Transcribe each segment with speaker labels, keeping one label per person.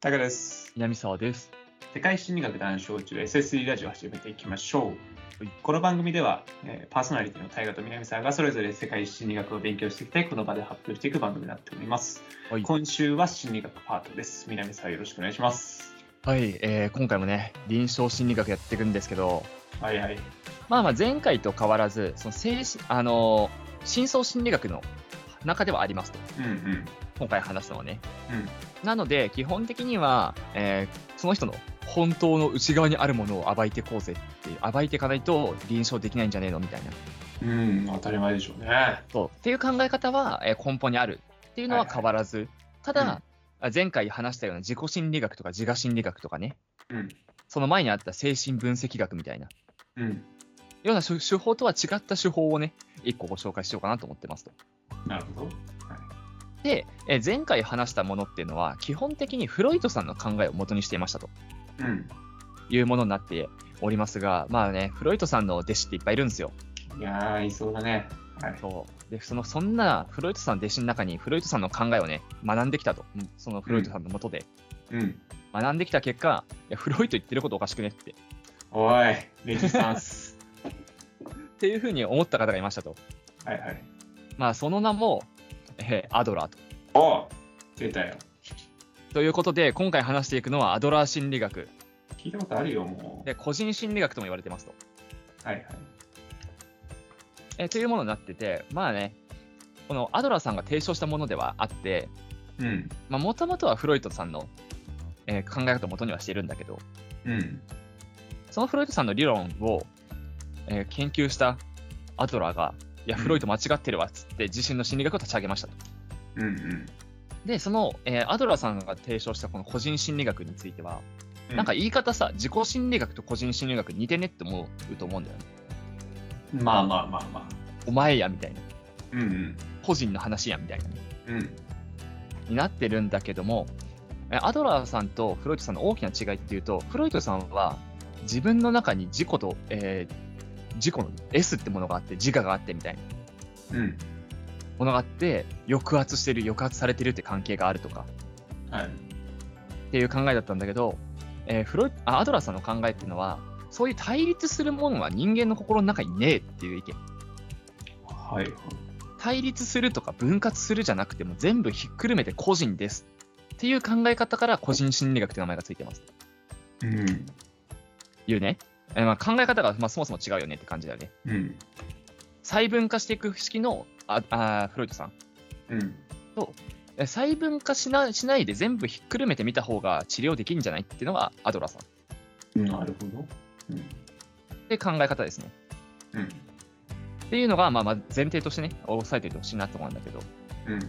Speaker 1: タカです。
Speaker 2: 南沢です。
Speaker 1: 世界心理学談笑中 SSE ラジオを始めていきましょう。
Speaker 2: はい
Speaker 1: この番組では、えーパーソナリティの大河と南沢がそれぞれ世界心理学を勉強していきたいこの場で発表していく番組になっております。
Speaker 2: はい
Speaker 1: 今週は心理学パートです。南沢よろしくお願いします。
Speaker 2: はい、えー今回もね、臨床心理学やっていくんですけど、
Speaker 1: はいはい。
Speaker 2: まあまあ前回と変わらず、その精神、あのー深層心理学の中ではありますと、
Speaker 1: うんうん。
Speaker 2: 今回話したのはね。
Speaker 1: うん
Speaker 2: なので、基本的には、えーその人の本当の内側にあるものを暴いてこうぜっていう、暴いていかないと臨床できないんじゃねえのみたいな。
Speaker 1: うん、当たり前でしょうね。
Speaker 2: そうっていう考え方は、えー根本にあるっていうのは変わらず、た
Speaker 1: うん
Speaker 2: だ、あ前回話したような自己心理学とか自我心理学とかね、
Speaker 1: うん。
Speaker 2: その前にあった精神分析学みたいな、
Speaker 1: うん。
Speaker 2: ような手手法とは違った手法をね、一個ご紹介しようかなと思ってますと。
Speaker 1: なるほど。
Speaker 2: で、えー前回話したものっていうのは、基本的にフロイトさんの考えを元にしていましたと
Speaker 1: うん。
Speaker 2: いうものになっておりますが、まあね、フロイトさんの弟子っていっぱいいるんですよ。
Speaker 1: いやー、いそうだね。はい。
Speaker 2: そうでそのそんなフロイトさんの弟子の中に、フロイトさんの考えをね、学んできたと、そのフロイトさんのもとで
Speaker 1: うん。
Speaker 2: 学んできた結果、いやフロイト言ってることおかしくねって。
Speaker 1: おい、レジスタンス。
Speaker 2: っていうふうに思った方がいましたと。
Speaker 1: はいはい。
Speaker 2: まあ、その名も、えーアドラーと。
Speaker 1: おう出たよ。
Speaker 2: ということで、今回話していくのはアドラー心理学。
Speaker 1: 聞いたことあるよ、もう。
Speaker 2: で、個人心理学とも言われてますと。
Speaker 1: はいはい。
Speaker 2: えーというものになってて、まあね、このアドラーさんが提唱したものではあって、
Speaker 1: うん。
Speaker 2: まあ、もともとはフロイトさんの、えー考え方を元にはしているんだけど、
Speaker 1: うん。
Speaker 2: そのフロイトさんの理論を、えー研究したアドラーが、いや、
Speaker 1: うん
Speaker 2: フロイト間違ってるわっつって、自身の心理学を立ち上げましたと。
Speaker 1: うんうん。
Speaker 2: で、その、えーアドラーさんが提唱したこの個人心理学については、なんか言い方さ、自己心理学と個人心理学似てねって思うと思うんだよね。
Speaker 1: まあまあまあまあ。
Speaker 2: お前やみたいな、
Speaker 1: うんうん。
Speaker 2: 個人の話やみたいな、
Speaker 1: うん。
Speaker 2: になってるんだけども、えアドラーさんとフロイトさんの大きな違いっていうと、フロイトさんは自分の中に自己と、えー自己の S ってものがあって、自我があってみたいな
Speaker 1: うん。
Speaker 2: ものがあって、抑圧してる、抑圧されてるって関係があるとか
Speaker 1: はい。
Speaker 2: っていう考えだったんだけど、えーフロイあアドラーさんの考えっていうのは、そういう対立するものは人間の心の中にねえっていう意見。
Speaker 1: はい。
Speaker 2: 対立するとか分割するじゃなくても全部ひっくるめて個人ですっていう考え方から個人心理学って名前がついてます。
Speaker 1: うん。
Speaker 2: いうね。えーまあ考え方がまあそもそも違うよねって感じだよね。
Speaker 1: うん。
Speaker 2: 細分化していく式のああーフロイトさん。
Speaker 1: うん。
Speaker 2: えー細分化しなしないで全部ひっくるめてみた方が治療できるんじゃないっていうのがアドラーさん。
Speaker 1: なるほど。うん。
Speaker 2: って考え方ですね。
Speaker 1: うん。
Speaker 2: っていうのがまあまあ前提としてね、押さえておいてほしいなと思うんだけど。
Speaker 1: うん。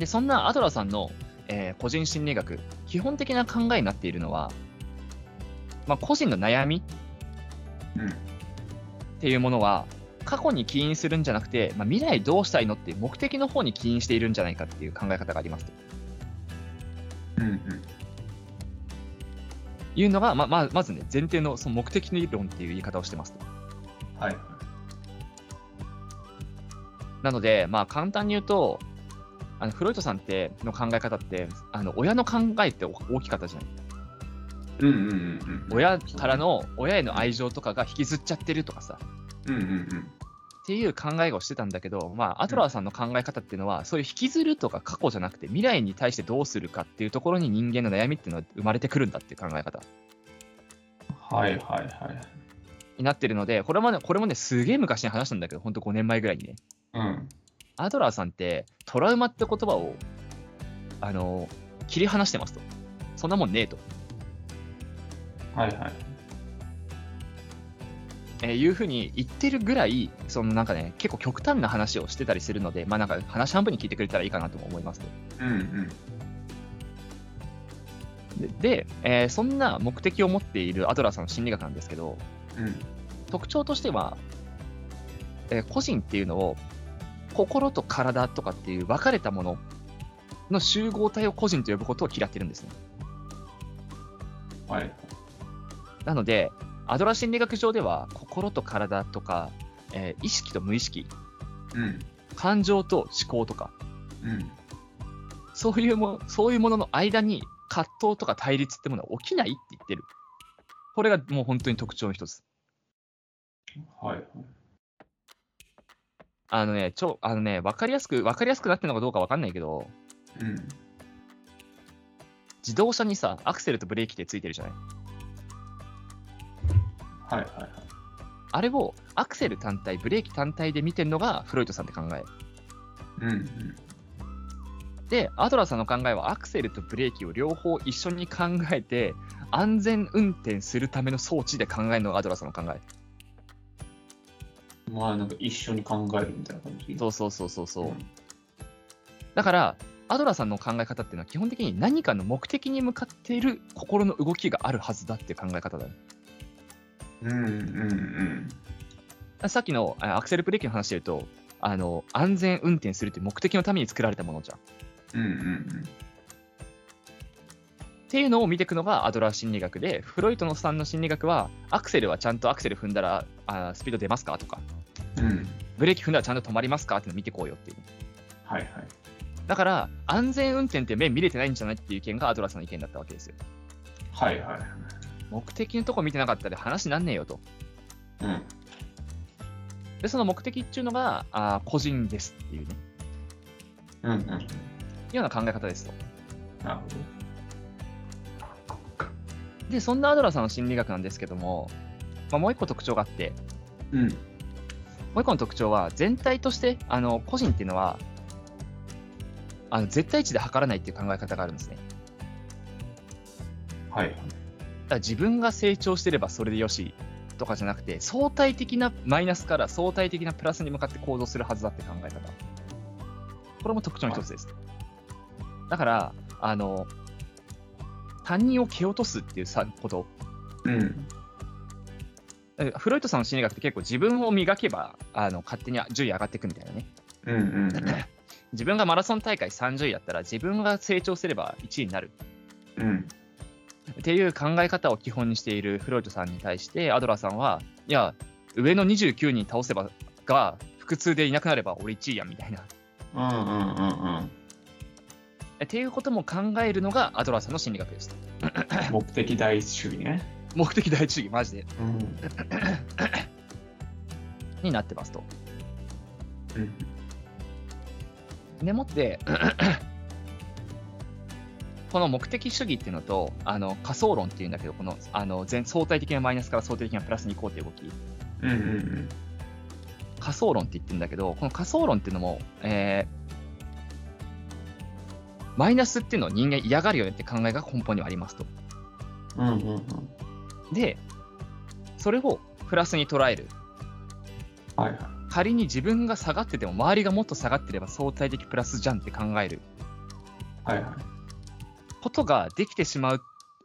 Speaker 2: で、そんなアドラーさんの、えー個人心理学、基本的な考えになっているのは、まあ、個人の悩み
Speaker 1: うん。
Speaker 2: っていうものは過去に起因するんじゃなくて、まあ、未来どうしたいのっていう目的の方に起因しているんじゃないかっていう考え方がありますと
Speaker 1: うん。
Speaker 2: いうのが、まあまあ、まずね前提のその目的理論っていう言い方をしてますと
Speaker 1: はい。
Speaker 2: なので、まあ、簡単に言うとあのフロイトさんっての考え方ってあの親の考えって大きかったじゃない
Speaker 1: うんうんうんうん。
Speaker 2: 親から。の親への愛情とかが引きずっちゃってるとかさ
Speaker 1: うんうんうん。
Speaker 2: っていう考えをしてたんだけど、まあ、アトラーさんの考え方っていうのは、そういう引きずるとか過去じゃなくて、未来に対してどうするかっていうところに人間の悩みっていうのは生まれてくるんだっていう考え方
Speaker 1: はいはいはい。
Speaker 2: になってるので、これもね、これもね、すげえ昔に話したんだけど、ほんと5年前ぐらいにね、
Speaker 1: うん。
Speaker 2: アトラーさんってトラウマって言葉を、あの、切り離してますと。そんなもんねえと、
Speaker 1: はいはい。
Speaker 2: えーいうふうに言ってるぐらい、そのなんかね、結構極端な話をしてたりするので、まあなんか話半分に聞いてくれたらいいかなとも思いますと。
Speaker 1: うん
Speaker 2: でで、えーそんな目的を持っているアドラーさんの心理学なんですけど
Speaker 1: うん。うん。
Speaker 2: 特徴としては、えー個人っていうのを心と体とかっていう分かれたものの集合体を個人と呼ぶことを嫌ってるんですね
Speaker 1: はい。
Speaker 2: なのでアドラー心理学上では心と体とか、えー意識と無意識
Speaker 1: うん。
Speaker 2: 感情と思考とか
Speaker 1: うん。
Speaker 2: そういうもそういうものの間に葛藤とか対立ってものは起きないって言ってる。これがもう本当に特徴の一つ。
Speaker 1: はい。
Speaker 2: あのね、ちょ、あのね、わかりやすく、わかりやすくなってるのかどうかわかんないけど、
Speaker 1: うん。
Speaker 2: 自動車にさ、アクセルとブレーキってついてるじゃない。
Speaker 1: はいはいはい。
Speaker 2: あれをアクセル単体、ブレーキ単体で見てるのがフロイトさんって考え。
Speaker 1: うんうん。
Speaker 2: で、アドラーさんの考えはアクセルとブレーキを両方一緒に考えて、安全運転するための装置で考えるのがアドラーさんの考え。
Speaker 1: まあなんか一緒に考えるみたいな感じ。
Speaker 2: そうそうそうそうそうう。
Speaker 1: ん
Speaker 2: だから、アドラーさんの考え方っていうのは基本的に何かの目的に向かっている心の動きがあるはずだっていう考え方だね。
Speaker 1: うんうん
Speaker 2: さっきのあアクセルブレーキの話で言うと、あの安全運転するって目的のために作られたものじゃん。っ
Speaker 1: うん。うんうん
Speaker 2: ていうのを見ていくのがアドラー心理学で、フロイトのさんの心理学は、アクセルはちゃんとアクセル踏んだらあスピード出ますかとか、
Speaker 1: うん。うん。
Speaker 2: ブレーキ踏んだらちゃんと止まりますかっていうのを見てこうよっていう。
Speaker 1: はいはい。
Speaker 2: だから、安全運転って目見れてないんじゃないっていう意見がアドラーさんの意見だったわけですよ。
Speaker 1: はいはい。
Speaker 2: 目的のとこ見てなかったら話なんねえよと。
Speaker 1: うん。
Speaker 2: で、その目的っていうのが、あー個人ですっていうね、
Speaker 1: うんうん。なる
Speaker 2: ような考え方ですと。
Speaker 1: ほど。
Speaker 2: で、そんなアドラーさんの心理学なんですけども、まあ、もう一個特徴があって、
Speaker 1: うん。
Speaker 2: もう一個の特徴は、全体として、あの個人っていうのは、あの絶対値で測らないっていう考え方があるんですね。
Speaker 1: はい。
Speaker 2: だから自分が成長してればそれでよしとかじゃなくて、相対的なマイナスから相対的なプラスに向かって行動するはずだって考え方。これも特徴の一つです。だから、あの、他人を蹴落とすっていうさこと、
Speaker 1: うん。
Speaker 2: えフロイトさんの心理学って結構自分を磨けばあの勝手に順位上がっていくみたいなね。
Speaker 1: うんうん
Speaker 2: 自分がマラソン大会30位だったら自分が成長すれば1位になる
Speaker 1: うん。うん。
Speaker 2: っていう考え方を基本にしているフロイトさんに対してアドラーさんはいや上の29人倒せばが腹痛でいなくなれば俺1位やんみたいな
Speaker 1: うんうんうんうん。
Speaker 2: っていうことも考えるのがアドラーさんの心理学ですと
Speaker 1: 目的第一主義ね。
Speaker 2: 目的第一義マジで
Speaker 1: うん。
Speaker 2: になってますと
Speaker 1: うん。
Speaker 2: でもって この目的主義っていうのとあの仮想論っていうんだけどこのあの全相対的なマイナスから相対的なプラスに行こうっていう動き
Speaker 1: うんうん
Speaker 2: 仮想論って言ってるんだけどこの仮想論っていうのも、えーマイナスっていうのを人間嫌がるよねって考えが根本にはありますと
Speaker 1: うん。うんうんうん。
Speaker 2: でそれをプラスに捉える
Speaker 1: はいはい。
Speaker 2: 仮に自分が下がってても周りがもっと下がってれば相対的プラスじゃんって考える
Speaker 1: はいはい。
Speaker 2: ことができてしまう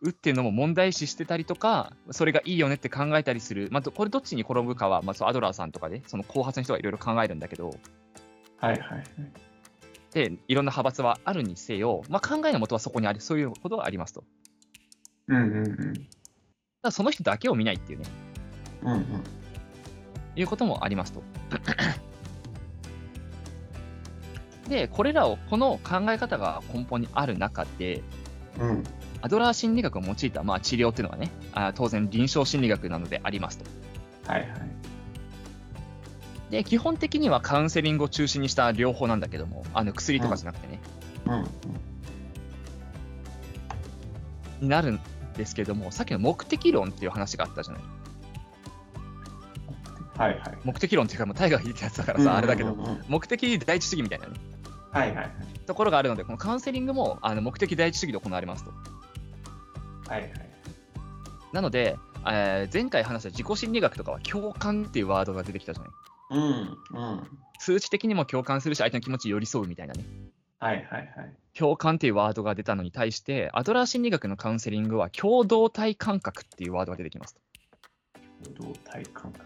Speaker 2: っていうのも問題視してたりとかそれがいいよねって考えたりする、まあ、どこれどっちに転ぶかは、まあ、そうアドラーさんとかで、その後発の人がいろいろ考えるんだけど
Speaker 1: はいはい。
Speaker 2: でいろんな派閥はあるにせよ、まあ、考えのもとはそこにあるそういうことがありますとだか
Speaker 1: うんうんうん。
Speaker 2: らその人だけを見ないっていうね
Speaker 1: うんうん。
Speaker 2: いうこともありますとでこれらをこの考え方が根本にある中で
Speaker 1: うん。
Speaker 2: アドラー心理学を用いた、まあ、治療っていうのはねあー当然臨床心理学なのでありますと
Speaker 1: はいはい。
Speaker 2: で基本的にはカウンセリングを中心にした療法なんだけどもあの薬とかじゃなくてね、
Speaker 1: うんうん。
Speaker 2: になるんですけどもさっきの目的論っていう話があったじゃない
Speaker 1: はいはい。
Speaker 2: 目的論っていうかもうタイガーが言ってたやつだから
Speaker 1: うんうんうんう
Speaker 2: さ、
Speaker 1: ん
Speaker 2: あれだけど目的第一主義みたいな、ね、
Speaker 1: はいはいはい。
Speaker 2: ところがあるのでこのカウンセリングもあの目的第一主義で行われますと
Speaker 1: はいはい。
Speaker 2: なので、えー前回話した自己心理学とかは共感っていうワードが出てきたじゃない
Speaker 1: うんうん。
Speaker 2: 数値的にも共感するし相手の気持ちに寄り添うみたいなね
Speaker 1: はいはいはい。
Speaker 2: 共感っていうワードが出たのに対してアドラー心理学のカウンセリングは共同体感覚っていうワードが出てきますと
Speaker 1: 動体感覚。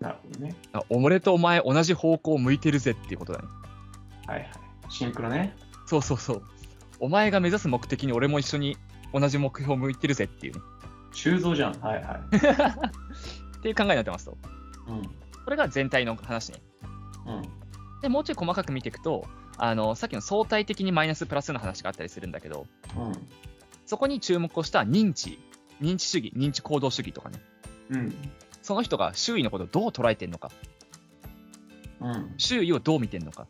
Speaker 1: なるほどね。
Speaker 2: あ俺とお前同じ方向を向いてるぜっていうことだね。
Speaker 1: はいはい。シンクロね。
Speaker 2: そうそうそう。お前が目指す目的に俺も一緒に同じ目標を向いてるぜっていうね。
Speaker 1: 修造じゃん。はいはい。
Speaker 2: っていう考えになってますと。
Speaker 1: う
Speaker 2: これが全体の話ね。
Speaker 1: ん。うん。
Speaker 2: で、もうちょい細かく見ていくと、あの、さっきの相対的にマイナスプラスの話があったりするんだけど、
Speaker 1: うん。
Speaker 2: そこに注目をした認知、認知主義、認知行動主義とかね、
Speaker 1: うん。
Speaker 2: その人が周囲のことをどう捉えてるのか、
Speaker 1: うん。
Speaker 2: 周囲をどう見てるのか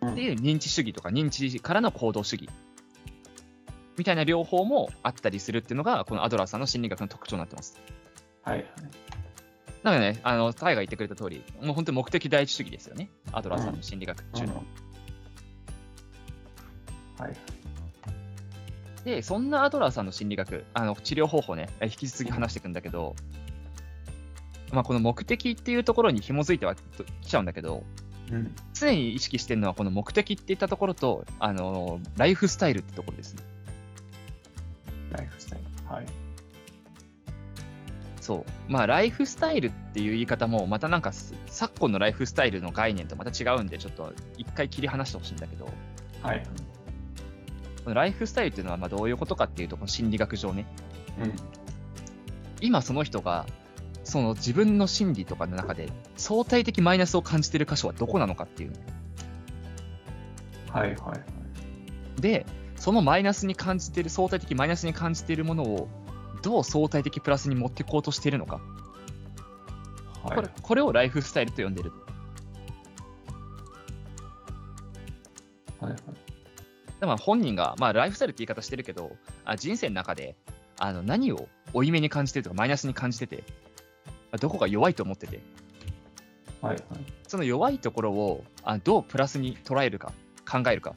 Speaker 1: うん
Speaker 2: っていう認知主義とか認知からの行動主義みたいな両方もあったりするっていうのがこのアドラーさんの心理学の特徴になってます。
Speaker 1: はいはい。
Speaker 2: なのでね、あのタイが言ってくれた通り、もう本当に目的第一主義ですよね、アドラーさんの心理学っていうのは。
Speaker 1: はい。
Speaker 2: で、そんなアドラーさんの心理学、あの治療方法ね、え引き続き話していくんだけど、まあ、この目的っていうところに紐づいてはときちゃうんだけど、
Speaker 1: うん。
Speaker 2: 常に意識してるのはこの目的っていったところと、あのライフスタイルってところですね。
Speaker 1: ライフスタイル。はい。
Speaker 2: そう。まあ、ライフスタイルっていう言い方も、またなんかす、昨今のライフスタイルの概念とまた違うんで、ちょっと一回切り離してほしいんだけど、
Speaker 1: はい。
Speaker 2: このライフスタイルっていうのはまあどういうことかっていうと、この心理学上ね、今その人が、その自分の心理とかの中で相対的マイナスを感じてる箇所はどこなのかっていう。
Speaker 1: うん。はいはいはい。
Speaker 2: で、そのマイナスに感じてる、相対的マイナスに感じているものを、どう相対的プラスに持っていこうとしているのか、
Speaker 1: はい
Speaker 2: これこれをライフスタイルと呼んでる。
Speaker 1: はいはい。
Speaker 2: でまあ本人が、まあ、ライフスタイルって言い方してるけど、あ人生の中であの何を負い目に感じてるとか、マイナスに感じてて、あどこが弱いと思ってて、
Speaker 1: はいはい。
Speaker 2: その弱いところをあどうプラスに捉えるか、考えるか、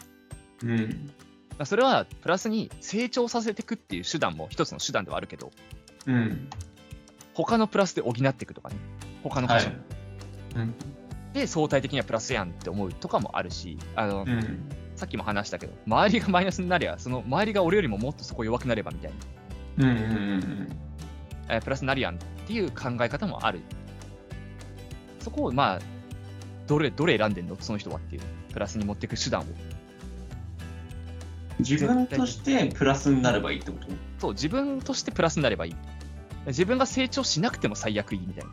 Speaker 1: うん。
Speaker 2: まあ、それはプラスに成長させていくっていう手段も一つの手段ではあるけど、
Speaker 1: うん。
Speaker 2: 他のプラスで補っていくとかね、他の箇
Speaker 1: は
Speaker 2: 所
Speaker 1: い。うん。
Speaker 2: で相対的にはプラスやんって思うとかもあるし、あの
Speaker 1: うん。
Speaker 2: さっきも話したけど、周りがマイナスになりゃ、その周りが俺よりももっとそこ弱くなればみたいな。
Speaker 1: うんうんうん
Speaker 2: えープラスになるやんっていう考え方もある。そこをまあ、どれ、どれ選んでんのその人はっていう。プラスに持っていく手段を。
Speaker 1: 自分としてプラスになればいいってこと
Speaker 2: そう、自分としてプラスになればいい。自分が成長しなくても最悪いいみたい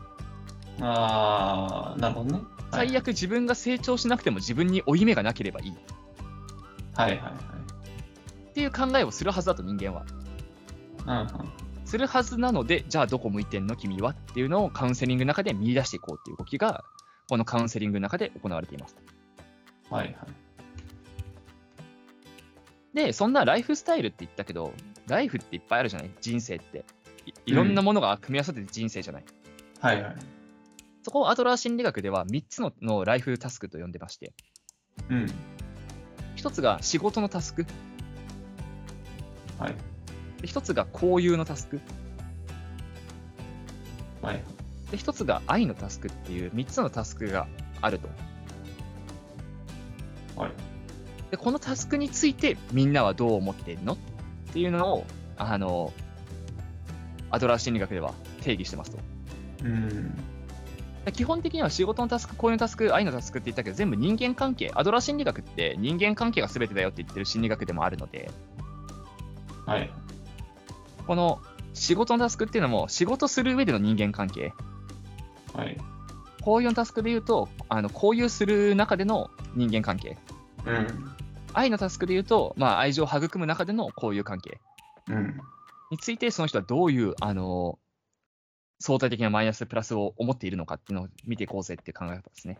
Speaker 2: な。
Speaker 1: ああ、なるほどね。はい
Speaker 2: 最悪自分が成長しなくても自分に負い目がなければいい。っ
Speaker 1: はいはい
Speaker 2: ていう考えをするはずだと人間は。
Speaker 1: はい。うんうん。
Speaker 2: するはずなので、じゃあどこ向いてんの君はっていうのをカウンセリングの中で見出していこうっていう動きが、このカウンセリングの中で行われています。
Speaker 1: はいはい。
Speaker 2: で、そんなライフスタイルって言ったけど、ライフっていっぱいあるじゃない人生ってい。いろんなものが組み合わさってて人生じゃない。
Speaker 1: はいはい。
Speaker 2: そこをアドラー心理学では3つののライフタスクと呼んでまして、
Speaker 1: うん。
Speaker 2: 1つが仕事のタスク、
Speaker 1: はい。
Speaker 2: で1つが交友のタスク、
Speaker 1: はい。
Speaker 2: で1つが愛のタスクっていう3つのタスクがあると。
Speaker 1: はい。
Speaker 2: で、このタスクについてみんなはどう思ってんのっていうのを、あの、アドラー心理学では定義してますと。
Speaker 1: うん。
Speaker 2: 基本的には仕事のタスク、こういうタスク、愛のタスクって言ったけど、全部人間関係、アドラー心理学って人間関係が全てだよって言ってる心理学でもあるので、
Speaker 1: はい。
Speaker 2: この仕事のタスクっていうのも、仕事する上での人間関係、
Speaker 1: はい。
Speaker 2: こういうタスクで言うと、あの交友する中での人間関係、
Speaker 1: うん。
Speaker 2: 愛のタスクで言うと、まあ、愛情を育む中での交友関係
Speaker 1: うん。
Speaker 2: について、その人はどういう、あの相対的なマイナス、プラスを思っているのかっていうのを見ていこうぜっていう考え方ですね。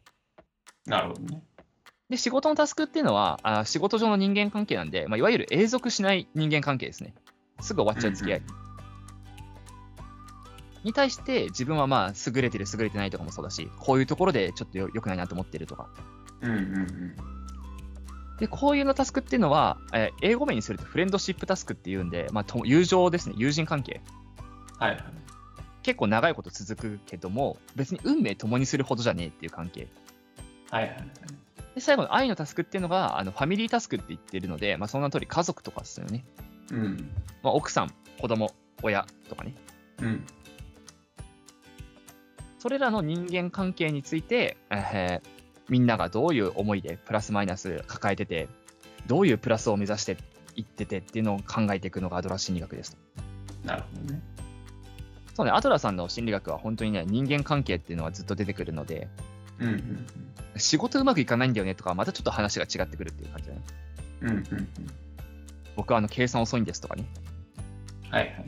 Speaker 1: なるほどね。
Speaker 2: で、仕事のタスクっていうのは、あー仕事上の人間関係なんで、まあ、いわゆる永続しない人間関係ですね。すぐ終わっちゃう付き合い。に対して、自分はまあ、優れてる、優れてないとかもそうだし、こういうところでちょっとよ良くないなと思ってるとか。
Speaker 1: うんうん
Speaker 2: で、こういうのタスクっていうのは、えー英語名にするとフレンドシップタスクっていうんで、まあ、と友情ですね、友人関係。
Speaker 1: うん。はいはい。
Speaker 2: 結構長いこと続くけども、別に運命共にするほどじゃねえっていう関係。
Speaker 1: はいはい。
Speaker 2: で、最後の愛のタスクっていうのが、あのファミリータスクって言ってるので、まあ、そんな通り家族とかですよね。
Speaker 1: うん。
Speaker 2: まあ、奥さん、子供、親とかね、
Speaker 1: うん。
Speaker 2: それらの人間関係について、えーみんながどういう思いでプラスマイナス抱えてて、どういうプラスを目指していっててっていうのを考えていくのがアドラー心理学です。
Speaker 1: なるほどね。
Speaker 2: そうね、アドラーさんの心理学は本当にね、人間関係っていうのはずっと出てくるので、
Speaker 1: うん
Speaker 2: 仕事うまくいかないんだよねとか、またちょっと話が違ってくるっていう感じだね。
Speaker 1: うんうん。うんうん
Speaker 2: 僕はあの計算遅いんですとかね、
Speaker 1: はいはい。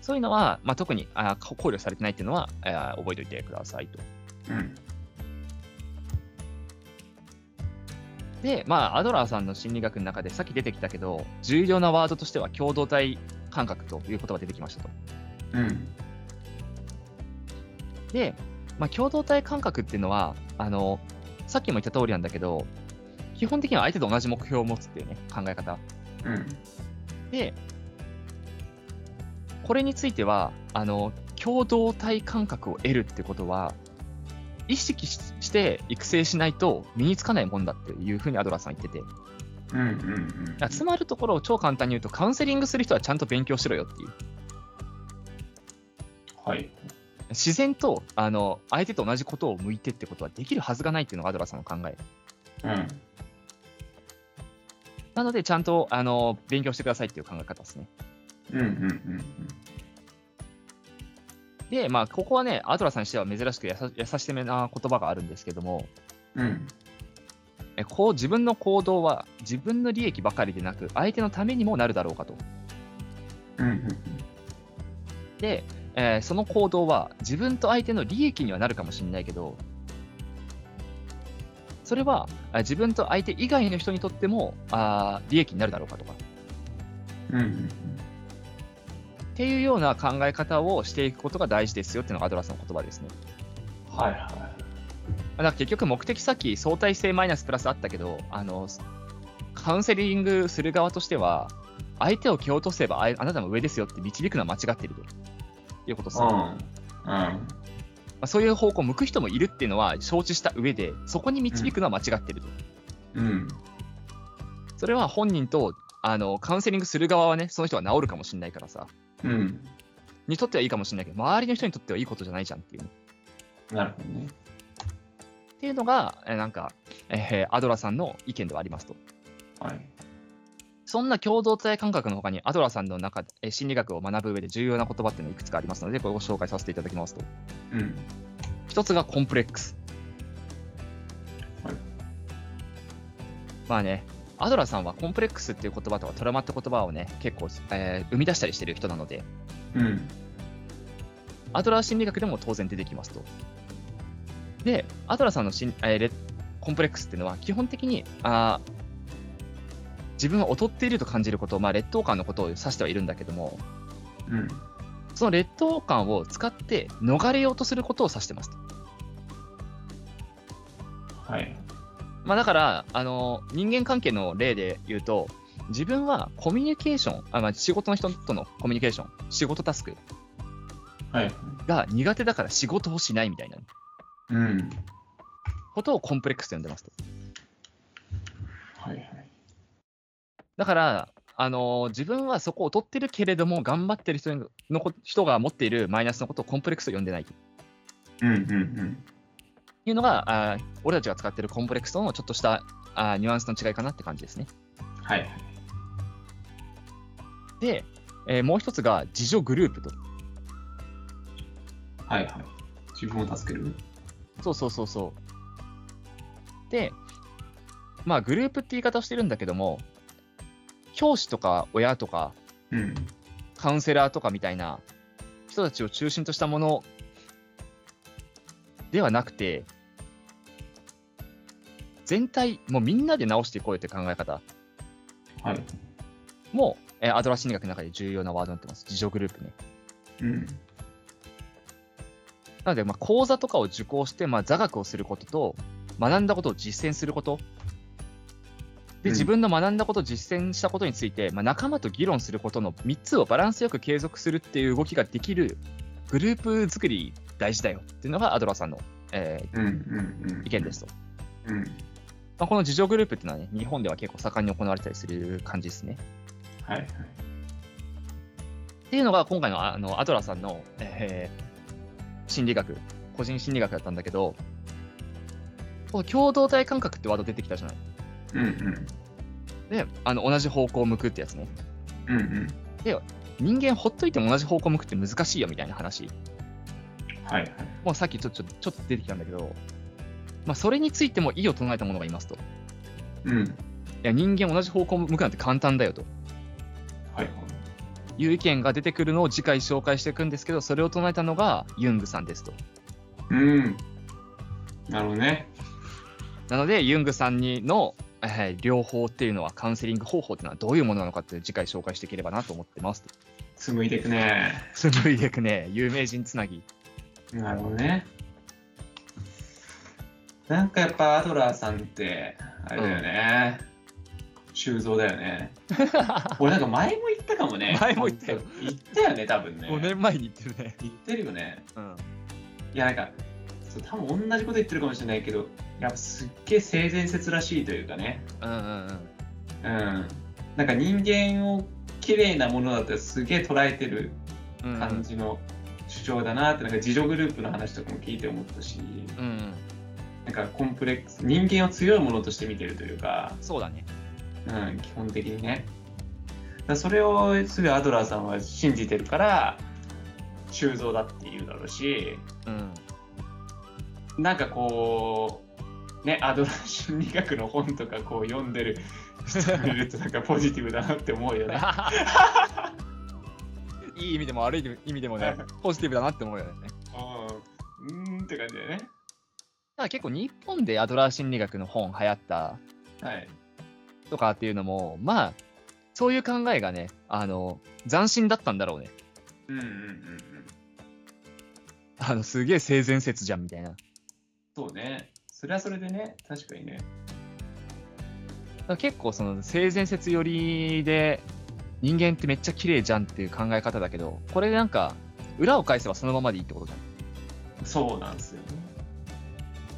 Speaker 2: そういうのは、まあ、特にあ考考慮されてないっていうのは、えー覚えておいてくださいと。
Speaker 1: うん。
Speaker 2: で、まあ、アドラーさんの心理学の中でさっき出てきたけど、重要なワードとしては共同体感覚という言葉が出てきましたと。
Speaker 1: うん。
Speaker 2: で、まあ、共同体感覚っていうのはあの、さっきも言った通りなんだけど、基本的には相手と同じ目標を持つっていうね、考え方。
Speaker 1: うん。
Speaker 2: で、これについては、あの、共同体感覚を得るってことは、意識しして育成しないと身につかないもんだっていうふうにアドラーさん言ってて、だか
Speaker 1: うんうんうん。
Speaker 2: らつまるところを超簡単に言うと、カウンセリングする人はちゃんと勉強しろよっていう。
Speaker 1: はい。
Speaker 2: 自然と、あの、相手と同じことを向いてってことはできるはずがないっていうのがアドラーさんの考え。
Speaker 1: うん。
Speaker 2: なので、ちゃんと、あの、勉強してくださいっていう考え方ですね。
Speaker 1: うんうんうん
Speaker 2: で、まあ、ここはね、アドラーさんにしては珍しくやさ優しめな言葉があるんですけども、
Speaker 1: うん。うん。
Speaker 2: えこう自分の行動は自分の利益ばかりでなく相手のためにもなるだろうかと。
Speaker 1: うんうん
Speaker 2: で、えーその行動は自分と相手の利益にはなるかもしれないけどそれはあ自分と相手以外の人にとってもあー利益になるだろうかとか
Speaker 1: うん。うん
Speaker 2: っていうような考え方をしていくことが大事ですよっていうのがアドラスの言葉ですね。
Speaker 1: はいは
Speaker 2: だから結局目的さっき相対性マイナスプラスあったけどあのカウンセリングする側としては相手を蹴落とせばあいあなたも上ですよって導くのは間違っているということですね、ま
Speaker 1: い。うん。うん。
Speaker 2: あ、そういう方向を向く人もいるっていうのは承知した上でそこに導くのは間違っていると、
Speaker 1: うん。
Speaker 2: それは本人とあのカウンセリングする側はねその人は治るかもしれないからさ
Speaker 1: うん。
Speaker 2: にとってはいいかもしれないけど周りの人にとってはいいことじゃないじゃんっていうね、
Speaker 1: なるほどね。
Speaker 2: っていうのがえなんか、えーアドラさんの意見ではありますと
Speaker 1: はい。
Speaker 2: そんな共同体感覚の他に、アドラーさんの中でえ心理学を学ぶ上で重要な言葉っていうのがいくつかありますので、これをご紹介させていただきますと。
Speaker 1: うん。
Speaker 2: 一つがコンプレックス。
Speaker 1: はい
Speaker 2: まあね、アドラーさんはコンプレックスっていう言葉とかトラウマって言葉をね、結構、えー生み出したりしてる人なので、
Speaker 1: うん。
Speaker 2: アドラー心理学でも当然出てきますと。で、アドラーさんのしん、えーレコンプレックスっていうのは、基本的にあー自分は劣っていると感じること、まあ、劣等感のことを指してはいるんだけども、
Speaker 1: うん。
Speaker 2: その劣等感を使って逃れようとすることを指してますと。
Speaker 1: はい。
Speaker 2: まあ、だから、あの人間関係の例で言うと、自分はコミュニケーション、あまあ、仕事の人とのコミュニケーション、仕事タスク
Speaker 1: はい。
Speaker 2: が苦手だから仕事をしないみたいな
Speaker 1: うん。
Speaker 2: ことをコンプレックスと呼んでますと。
Speaker 1: はいはい。
Speaker 2: だから、あの自分はそこを劣ってるけれども、頑張ってる人ののこ人が持っているマイナスのことをコンプレックスと呼んでないと
Speaker 1: うんうん
Speaker 2: いうのが、あー俺たちが使ってるコンプレックスとのちょっとしたあーニュアンスの違いかなって感じですね。
Speaker 1: うん。はいはい。
Speaker 2: で、えーもう一つが自助グループと。
Speaker 1: はいはい。自分を助ける
Speaker 2: そうそうそうそう。で、まあグループって言い方をしてるんだけども、教師とか親とか
Speaker 1: うん。
Speaker 2: カウンセラーとかみたいな人たちを中心としたものではなくて、全体、もうみんなで直していこうよって考え方
Speaker 1: はい。
Speaker 2: も、えーアドラー心理学の中で重要なワードになってます。自助グループね。
Speaker 1: うん。
Speaker 2: なので、まあ、講座とかを受講して、まあ、座学をすることと、学んだことを実践するこ
Speaker 1: う
Speaker 2: と。で、
Speaker 1: ん
Speaker 2: 自分の学んだこと、実践したことについて、まあ、仲間と議論することの3つをバランスよく継続するっていう動きができるグループ作り大事だよっていうのがアドラーさんの、え
Speaker 1: うんうんうん。
Speaker 2: ー意見で。すと。
Speaker 1: うん。
Speaker 2: まあ、この自助グループっていうのはね、日本では結構盛んに行われたりする感じですね。
Speaker 1: はいはい。
Speaker 2: っていうのが今回のああのアドラーさんの、えー心理学、個人心理学だったんだけど、この共同体感覚ってワード出てきたじゃない。
Speaker 1: うんうん。
Speaker 2: で、あの同じ方向を向くってやつね。
Speaker 1: うんうん。
Speaker 2: 人間ほっといても同じ方向を向くって難しいよみたいな話。
Speaker 1: はいはい。
Speaker 2: もうさっきちょちょちょっと出てきたんだけど、まあ、それについても異を唱えたものがいますと。
Speaker 1: うん。
Speaker 2: や人間同じ方向を向くなんて簡単だよと
Speaker 1: はいはい。
Speaker 2: いう意見が出てくるのを次回紹介していくんですけどそれを唱えたのがユングさんですと
Speaker 1: うん。なるほどね。
Speaker 2: なのでユングさんにの、えー療法っていうのはカウンセリング方法っていうのはどういうものなのかっていう次回紹介していければなと思ってます
Speaker 1: 紡いでいくね。
Speaker 2: すごいですね 有名人つなぎ
Speaker 1: なるほどね。なんかやっぱアドラーさんって、あれだよね。修造だよ ね。俺なんか前も言ったかもね。
Speaker 2: 前も言ったよ。
Speaker 1: 言ったよね、多分ね。
Speaker 2: 5年前に言ってるね
Speaker 1: 言ってるよね。
Speaker 2: うん
Speaker 1: いやなんか、そう多分同じこと言ってるかもしれないけど、やっぱすっげえ性善説らしいというかね。
Speaker 2: うんうんうん
Speaker 1: うん。なんか人間を綺麗なものだったらすげえ捉えてる
Speaker 2: うんうん
Speaker 1: 感じの主張だなって、なんか自助グループの話とかも聞いて思ったし。
Speaker 2: うんうん
Speaker 1: なんかコンプレックス人間を強いものとして見てるというか、
Speaker 2: そうだね
Speaker 1: うん、基本的にねだからそれをすぐアドラーさんは信じてるから修造だって言うだろうし
Speaker 2: うん
Speaker 1: なんかこうねアドラー心理学の本とかこう読んでる人見るとなんかポジティブだなって思うよね
Speaker 2: いい意味でも悪い意味で もねポジティブだなって思うよね
Speaker 1: うんうーんって感じだよね
Speaker 2: ただ結構日本でアドラー心理学の本流行った
Speaker 1: はい
Speaker 2: とかっていうのもまあそういう考えがねあの斬新だったんだろうね
Speaker 1: うんうんうんうん
Speaker 2: あのすげえ性善説じゃんみたいなだか
Speaker 1: そうねそれはそれでね確かにね
Speaker 2: ら結構その性善説寄りで人間ってめっちゃ綺麗じゃんっていう考え方だけどこれなんか裏を返せばそのままでいいってことじゃん
Speaker 1: そうなんですよね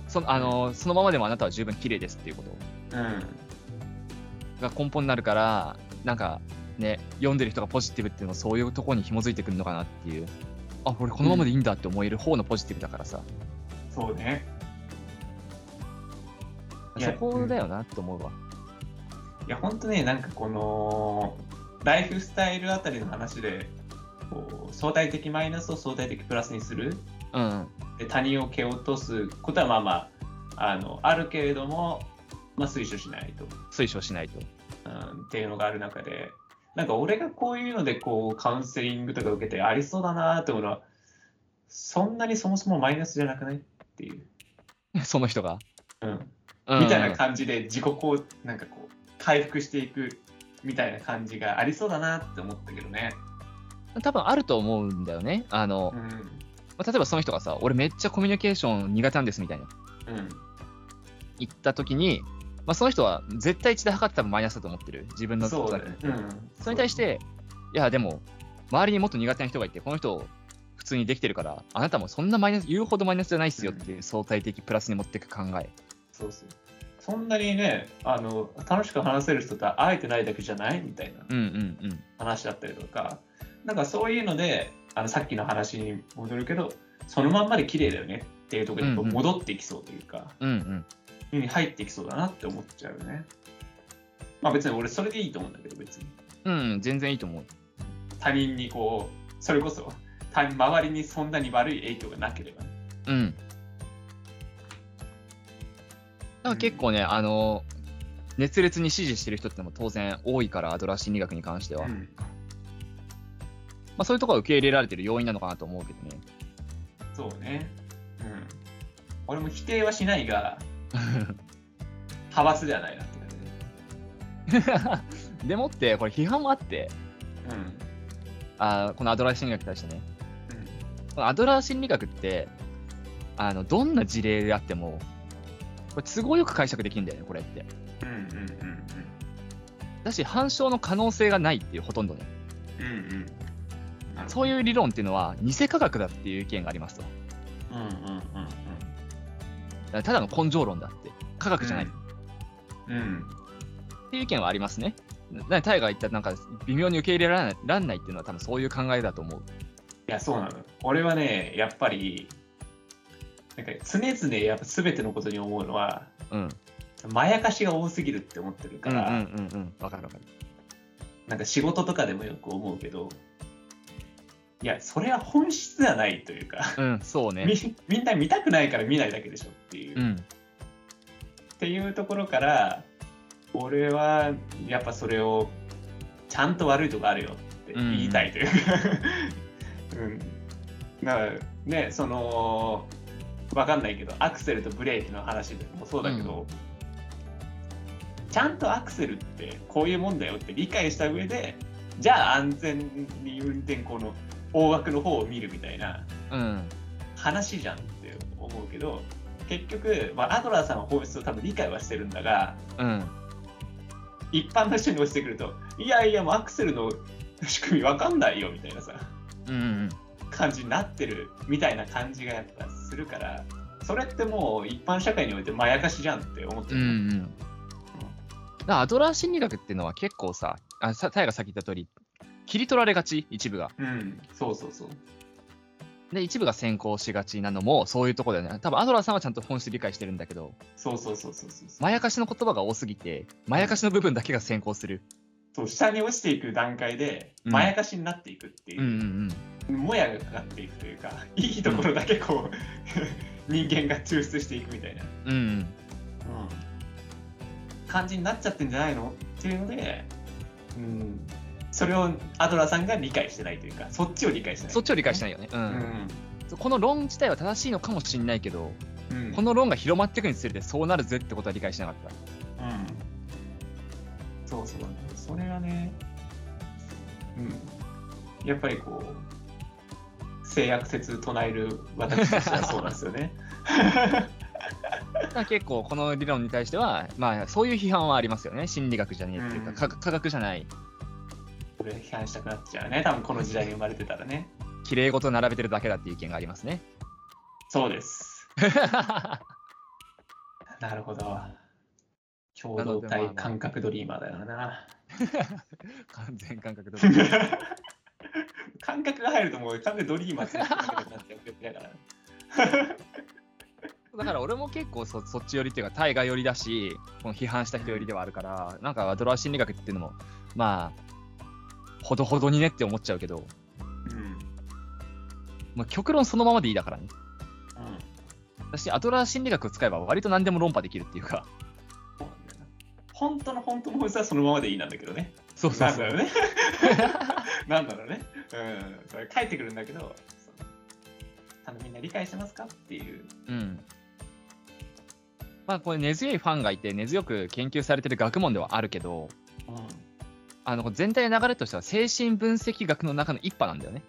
Speaker 2: そのあのそのままでもあなたは十分綺麗ですっていうこと
Speaker 1: うん
Speaker 2: が根本になるからなんかね読んでる人がポジティブっていうのはそういうところに紐づいてくるのかなっていうあ俺このままでいいんだって思える方のポジティブだからさ、
Speaker 1: そうねい
Speaker 2: そ
Speaker 1: や
Speaker 2: こだよなと思うわ
Speaker 1: いや、ほんとね、なんかこの、ライフスタイルあたりの話で、こう相対的マイナスを相対的プラスにする、
Speaker 2: うん、うん、
Speaker 1: で他人を蹴落とすことはまあまあ、あのあるけれども、まあ、推奨しないと、
Speaker 2: 推奨しないと
Speaker 1: うん、っていうのがある中で、なんか俺がこういうのでこうカウンセリングとか受けてありそうだなと思うのは、そんなにそもそもマイナスじゃなくないっていう、
Speaker 2: その人が、
Speaker 1: うん、
Speaker 2: うん
Speaker 1: みたいな感じで自己こうなんかこう回復していくみたいな感じがありそうだなって思ったけどね。
Speaker 2: 多分あると思うんだよねあの、
Speaker 1: うん
Speaker 2: まあ例えばその人がさ俺めっちゃコミュニケーション苦手なんですみたいな
Speaker 1: うん
Speaker 2: 言った時に、まあ、その人は絶対1で測って多分マイナスだと思ってる自分のこ
Speaker 1: そ
Speaker 2: と
Speaker 1: う
Speaker 2: だ
Speaker 1: だ
Speaker 2: け
Speaker 1: ね
Speaker 2: ど。
Speaker 1: うん
Speaker 2: それに対し、て、いや、でも、周りにもっと苦手な人がいて、この人、普通にできてるから、あなたもそんなマイナス、言うほどマイナスじゃないっすよっていう相対的プラスに持っていく考え。
Speaker 1: そうそう。そんなにね、あの楽しく話せる人とは会えてないだけじゃないみたいな
Speaker 2: うんうん
Speaker 1: 話だったりとか、なんかそういうので、あのさっきの話に戻るけど、そのまんまで綺麗だよねっていうところにこう
Speaker 2: うんうん
Speaker 1: 戻っていきそうというか、
Speaker 2: うん。うんうん。
Speaker 1: に入っていきそうだなって思っちゃうよね。まあ別に俺それでいいと思うんだけど、別に。
Speaker 2: うんうん、全然いいと思う。
Speaker 1: 他人にこうそれこそ他周りにそんなに悪い影響がなければね
Speaker 2: うん。なんか結構ね、あの、熱烈に支持してる人ってのも当然多いから、アドラー心理学に関しては。まあそういうところは受け入れられてる要因なのかなと思うけどね。
Speaker 1: そうね、うん、俺も否定はしないが派閥ではないなって感じ
Speaker 2: でもって、これ批判もあって、
Speaker 1: で
Speaker 2: あーこのアドラー心理学に対してね。
Speaker 1: うんうん
Speaker 2: このアドラー心理学ってあのどんな事例であってもこれ都合よく解釈できるんだよねこれって
Speaker 1: うんうんうん
Speaker 2: だし反証の可能性がないっていうほとんどね
Speaker 1: うんうんうんなるほど
Speaker 2: そういう理論っていうのは偽科学だっていう意見がありますと
Speaker 1: うんうんうんうん
Speaker 2: だからただの根性論だって科学じゃないっ
Speaker 1: うん、うん、
Speaker 2: ていう意見はありますねだからタイが言ったなんか微妙に受け入れられないらんないっていうのは多分そういう考えだと思う
Speaker 1: いやそうなの俺はねやっぱりなんか常々やっぱ全てのことに思うのは
Speaker 2: うん
Speaker 1: まやかしが多すぎるって思ってる
Speaker 2: う
Speaker 1: か
Speaker 2: んうん
Speaker 1: ら、
Speaker 2: うんうんわかるわかる
Speaker 1: なんか仕事とかでもよく思うけど、いや、それは本質ではないというか、
Speaker 2: うんそうね
Speaker 1: みみんな見たくないから見ないだけでしょっていう、
Speaker 2: う
Speaker 1: っ
Speaker 2: ん
Speaker 1: ていうところから、俺はやっぱそれをちゃんと悪いとこあるよって言いたいという か、うんだからねそのわかんないけどアクセルとブレーキの話でもそうだけど、ちゃんとアクセルってこういうもんだよって理解した上でじゃあ安全に運転この大枠の方を見るみたいな
Speaker 2: うん
Speaker 1: 話じゃんって思うけど結局、まあ、アドラーさんは本質を多分理解はしてるんだが
Speaker 2: うん
Speaker 1: 一般の人に落ちてくるといやいやもうアクセルの仕組みわかんないよみたいなさ
Speaker 2: うん
Speaker 1: 感じになってるみたいな感じがやっぱするからそれってもう一般社会においてまやかしじゃんって思って
Speaker 2: うんう
Speaker 1: る、
Speaker 2: んだからアドラー心理学っていうのは結構さあさタイが先言った通り切り取られがち一部が
Speaker 1: うん、そうそうそう
Speaker 2: で一部が先行しがちなのもそういうとこだよね多分アドラーさんはちゃんと本質理解してるんだけど
Speaker 1: そうそうそうそうそうそう
Speaker 2: まやかしの言葉が多すぎてまやかしの部分だけが先行する
Speaker 1: そう下に落ちていく段階で
Speaker 2: うん
Speaker 1: まやかしになっていくっていう、
Speaker 2: ん
Speaker 1: もやがかかっていくというかいいところだけこう 人間が抽出していくみたいな、
Speaker 2: うんうん
Speaker 1: 感じになっちゃってんじゃないのっていうので、うん、それをアドラーさんが理解してないというかそっちを理解してない
Speaker 2: そっちを理解し
Speaker 1: ない、
Speaker 2: ないよね、う
Speaker 1: うん
Speaker 2: んこの論自体は正しいのかもしれないけど
Speaker 1: うん
Speaker 2: この論が広まっていくにつれてそうなるぜってことは理解しなかっ
Speaker 1: うん、そうそう、それがね、うん、やっぱりこう、性悪説唱える私たちはそうなんですよ ね。
Speaker 2: ただから結構この理論に対しては、まあ、そういう批判はありますよね心理学じゃねえっていうか
Speaker 1: うん
Speaker 2: 科科学じゃない
Speaker 1: これ批判したくなっちゃうね、多分この時代に生まれてたらね。
Speaker 2: きれい事並べてるだけだっていう意見がありますね
Speaker 1: そうです。 なるほど。共同
Speaker 2: なのでまあま
Speaker 1: 体
Speaker 2: あ
Speaker 1: 感覚ドリーマーだよな。
Speaker 2: 完全感 覚と
Speaker 1: 感覚が入るともう完全にドリーマーってなっちゃうだから。
Speaker 2: だから俺も結構そそっち寄りっていうか大河寄りだしこの批判した人寄りではあるからなんかアドラー心理学っていうのもまあほどほどにねって思っちゃうけど、
Speaker 1: うん。
Speaker 2: まあ、極論そのままでいいだからね
Speaker 1: うん
Speaker 2: 私アドラー心理学を使えば割と何でも論破できるっていうか
Speaker 1: そうなんだよな本当の本当の本質はそのままでいいなんだけどね。
Speaker 2: そうそう
Speaker 1: なん
Speaker 2: そ
Speaker 1: だ
Speaker 2: う
Speaker 1: ろうね。 なんだろうね。うん。それ書いてくるんだけど、そのあのみんな理解してますかっていう。
Speaker 2: うんまあこれ根強いファンがいて根強く研究されてる学問ではあるけど
Speaker 1: うん。
Speaker 2: あの全体の流れとしては精神分析学の中の一派なんだよね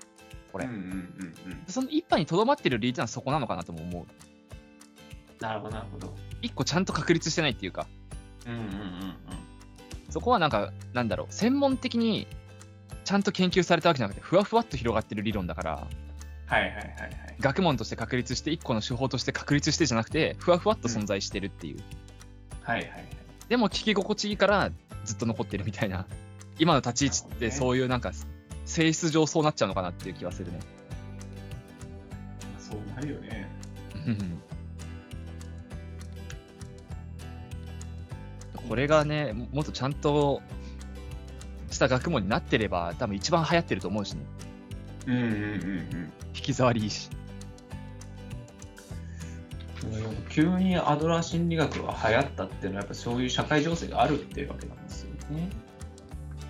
Speaker 2: これ
Speaker 1: うんうんうんうん。
Speaker 2: その一派にとどまってる理由ってのはそこなのかなとも思う
Speaker 1: なるほど、なるほど。
Speaker 2: 一個ちゃんと確立してないっていうか
Speaker 1: うんうんうんうん。
Speaker 2: そこはなんかなんだろう専門的にちゃんと研究されたわけじゃなくてふわふわっと広がってる理論だから
Speaker 1: はいはいはいはい。
Speaker 2: 学問として確立して一個の手法として確立してじゃなくてふわふわっと存在してるっていう、
Speaker 1: はいはいはい。
Speaker 2: でも聞き心地いいからずっと残ってるみたいな今の立ち位置ってそういうなんか性質上そうなっちゃうのかなっていう気はするね
Speaker 1: そうなるよね。
Speaker 2: これがねももっとちゃんとした学問になってれば多分一番流行ってると思うしね
Speaker 1: うんうんうん
Speaker 2: 引き触りいいし
Speaker 1: うん。急にアドラー心理学が流行ったっていうのはやっぱそういう社会情勢があるっていうわけなんですよね。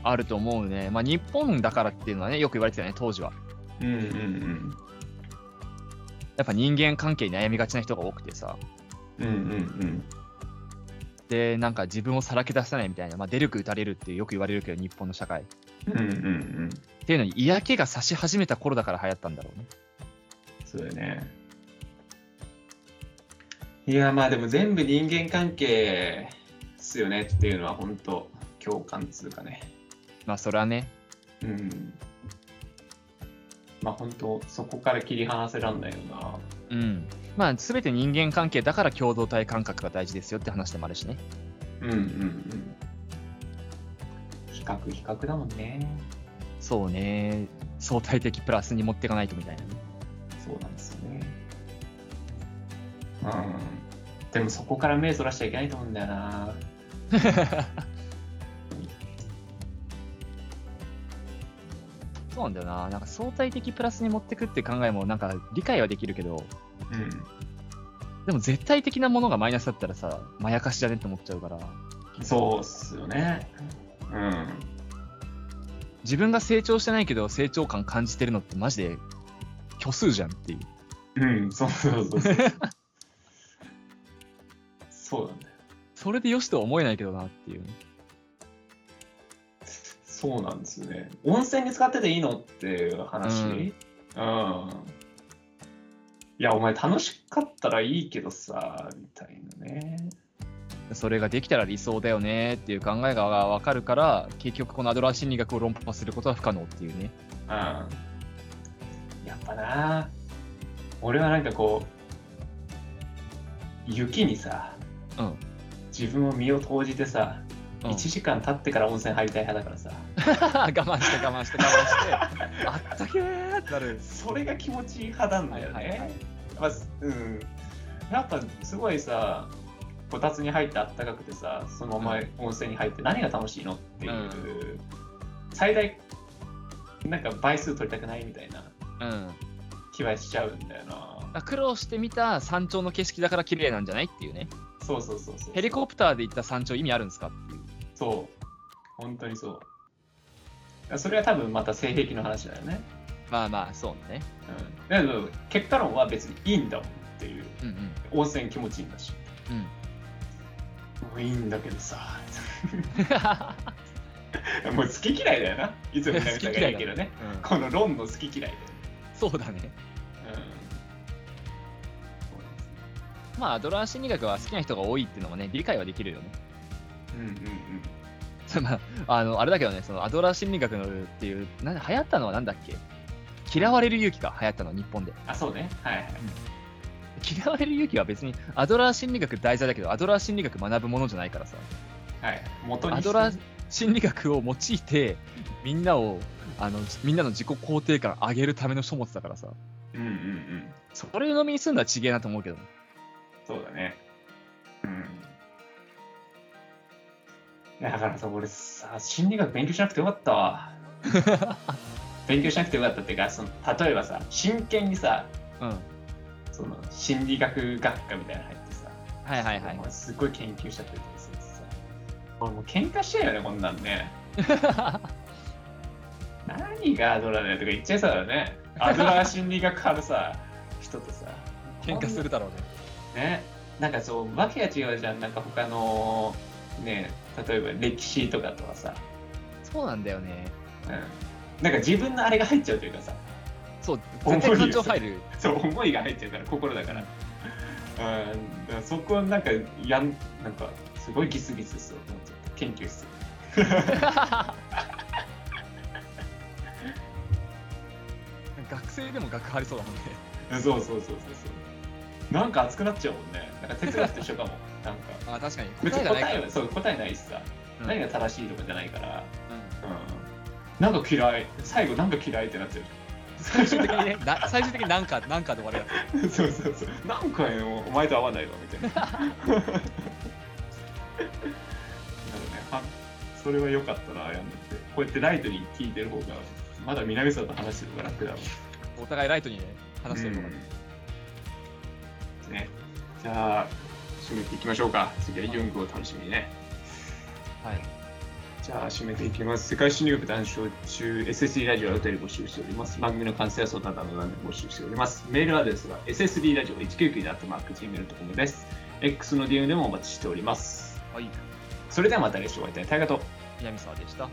Speaker 2: あると思うね、まあ、日本だからっていうのはねよく言われてたよね当時は
Speaker 1: うんうんうん。
Speaker 2: やっぱ人間関係に悩みがちな人が多くてさ
Speaker 1: うんうん
Speaker 2: でなんか自分をさらけ出さないみたいな、まあ、出るく打たれるってよく言われるけど日本の社会っ
Speaker 1: うん。うんうんうん。
Speaker 2: ていうのに嫌気がさし始めた頃だから流行ったんだろうね
Speaker 1: そうだよね。いや、まあでも全部人間関係ですよねっていうのは本当共感つうかね。
Speaker 2: まあそれはね
Speaker 1: うん。まあ本当そこから切り離せらんないよな。
Speaker 2: うんまあ全て人間関係だから共同体感覚が大事ですよって話でもあるしね
Speaker 1: うんうんうん。比較比較だもんね。
Speaker 2: そうね相対的プラスに持っていかないとみたいなね
Speaker 1: そうなんですよね。うん。でもそこから目そらしちゃいけないと思うんだよな。
Speaker 2: そうなんだよななんか相対的プラスに持ってくって考えもなんか理解はできるけど
Speaker 1: うん。
Speaker 2: でも絶対的なものがマイナスだったらさまやかしじゃねって思っちゃうから
Speaker 1: そうっすよね。うん。
Speaker 2: 自分が成長してないけど成長感感じてるのってマジで虚数じゃんっていう
Speaker 1: うん、そうそうそうそう。そうなんだよ。
Speaker 2: それでよしとは思えないけどなっていう
Speaker 1: そうなんですよね。温泉に使ってていいのっていう話。
Speaker 2: う
Speaker 1: うんん。いや、お前楽しかったらいいけどさ、みたいなね。
Speaker 2: それができたら理想だよねっていう考えが分かるから結局このアドラー心理学を論破することは不可能っていうね
Speaker 1: うん。やっぱな、俺はなんかこう、雪にさ、
Speaker 2: うん
Speaker 1: 自分を身を投じてさ、
Speaker 2: うん
Speaker 1: 1時間経ってから温泉入りたい派だからさ。
Speaker 2: 我慢して我慢して我慢して あったけーってなる
Speaker 1: それが気持ちいい派なんだよね。
Speaker 2: はいはいはい
Speaker 1: まあ、うん。やっぱすごいさ、こたつに入ってあったかくてさ、そのまま温泉に入って何が楽しいのっていう、最大、なんか倍数取りたくないみたいな
Speaker 2: うん
Speaker 1: 気はしちゃうんだよな。
Speaker 2: 苦労してみた山頂の景色だから綺麗なんじゃないっていうね
Speaker 1: そうそうそうそう。
Speaker 2: ヘリコプターで行った山頂意味あるんですかっていう
Speaker 1: そう。本当にそう。いやそれは多分また性癖の話だよね。
Speaker 2: まあまあそうね
Speaker 1: うん。だけど、結果論は別にいいんだもんっていう。
Speaker 2: うんうん
Speaker 1: 温泉気持ちいいんだし。
Speaker 2: うん
Speaker 1: もういいんだけどさ。 もう好き嫌いだよな。いつも南さんが言うけどね。
Speaker 2: うん
Speaker 1: この論の好き嫌い
Speaker 2: そうだね
Speaker 1: だよ。
Speaker 2: まあアドラー心理学は好きな人が多いっていうのもね理解はできるよね
Speaker 1: うん。うんうん
Speaker 2: まあ、あの、あれだけどね、そのアドラー心理学のっていう、なん流行ったのはなんだっけ嫌われる勇気が流行ったの、日本で。
Speaker 1: うん。あ、そうね。はいはい。
Speaker 2: 嫌われる勇気は別に、アドラー心理学題材だけど、アドラー心理学学ぶものじゃないからさ。
Speaker 1: はい、元に
Speaker 2: アドラー心理学を用いて、みんなを、あの、みんなの自己肯定感上げるための書物だからさ。
Speaker 1: うんうんうん。
Speaker 2: それを飲みにするのはちげえなと思うけど。
Speaker 1: そうだね。うん。いやだからさ、俺さ、心理学勉強しなくてよかった わ。勉強しなくてよかったっていうか、その例えばさ、真剣にさ、
Speaker 2: うん。は
Speaker 1: その心理学学科みたいなの入ってさ、
Speaker 2: いはいはい
Speaker 1: も。うすごい研究者というかそうですさ。俺もう喧嘩しちゃうよね、こんなんね。何がアドラーだよとか言っちゃいそうだよね。アドラー心理学派のさ、人とさ。
Speaker 2: 喧嘩するだろうね。
Speaker 1: ね。なんかそう、わけが違うじゃん。なんか他の、ね、例えば歴史とかとはさ。
Speaker 2: そうなんだよね。
Speaker 1: うん。なんか自分のあれが入っちゃうというかさ、
Speaker 2: そう、絶対感情入る。
Speaker 1: そう思いが入っちゃうから、心だから。うん、だからそこはなんか、やん、なんか、すごいギスギスすると思っちゃった。研究室。
Speaker 2: 学生でも学張りそうだもんね。
Speaker 1: そうそうそうそうそう。なんか熱くなっちゃうもんね。なんか哲学と一緒かも。 なんか。
Speaker 2: あ確かに
Speaker 1: 別
Speaker 2: 答え
Speaker 1: に
Speaker 2: がな
Speaker 1: 答
Speaker 2: いか
Speaker 1: え
Speaker 2: ら
Speaker 1: は、そう、答えないしさ。
Speaker 2: うん
Speaker 1: 何が正しいとかじゃないから。うん。なんか嫌い。最後、なんか嫌いってなっ ちゃ
Speaker 2: 最終的にねな最終的になんかなんかで終わるやつ
Speaker 1: う。そうそうそう。なんかよ、お前と合わないわ、みたいな。なるね。はそれは良かったな、やんなくて。こうやってライトに聞いてる方が、まだ南さんと話してるから楽だろう。
Speaker 2: お互いライトにね話してるのが、
Speaker 1: うんね。じゃあ、締めていきましょうか。次はユングを楽しみにね。
Speaker 2: はい
Speaker 1: じゃあ、締めていきます。世界新入学談笑中、SSD ラジオはお便り募集しております。番組の完成やその他の何でも募集しております。メールアドレスは SSD ラジオ199でアットマーク Gmail.com です。X の DM でもお待ちしております。
Speaker 2: はい
Speaker 1: それではまた来週お会いいたい。ありがとう。
Speaker 2: 南沢でした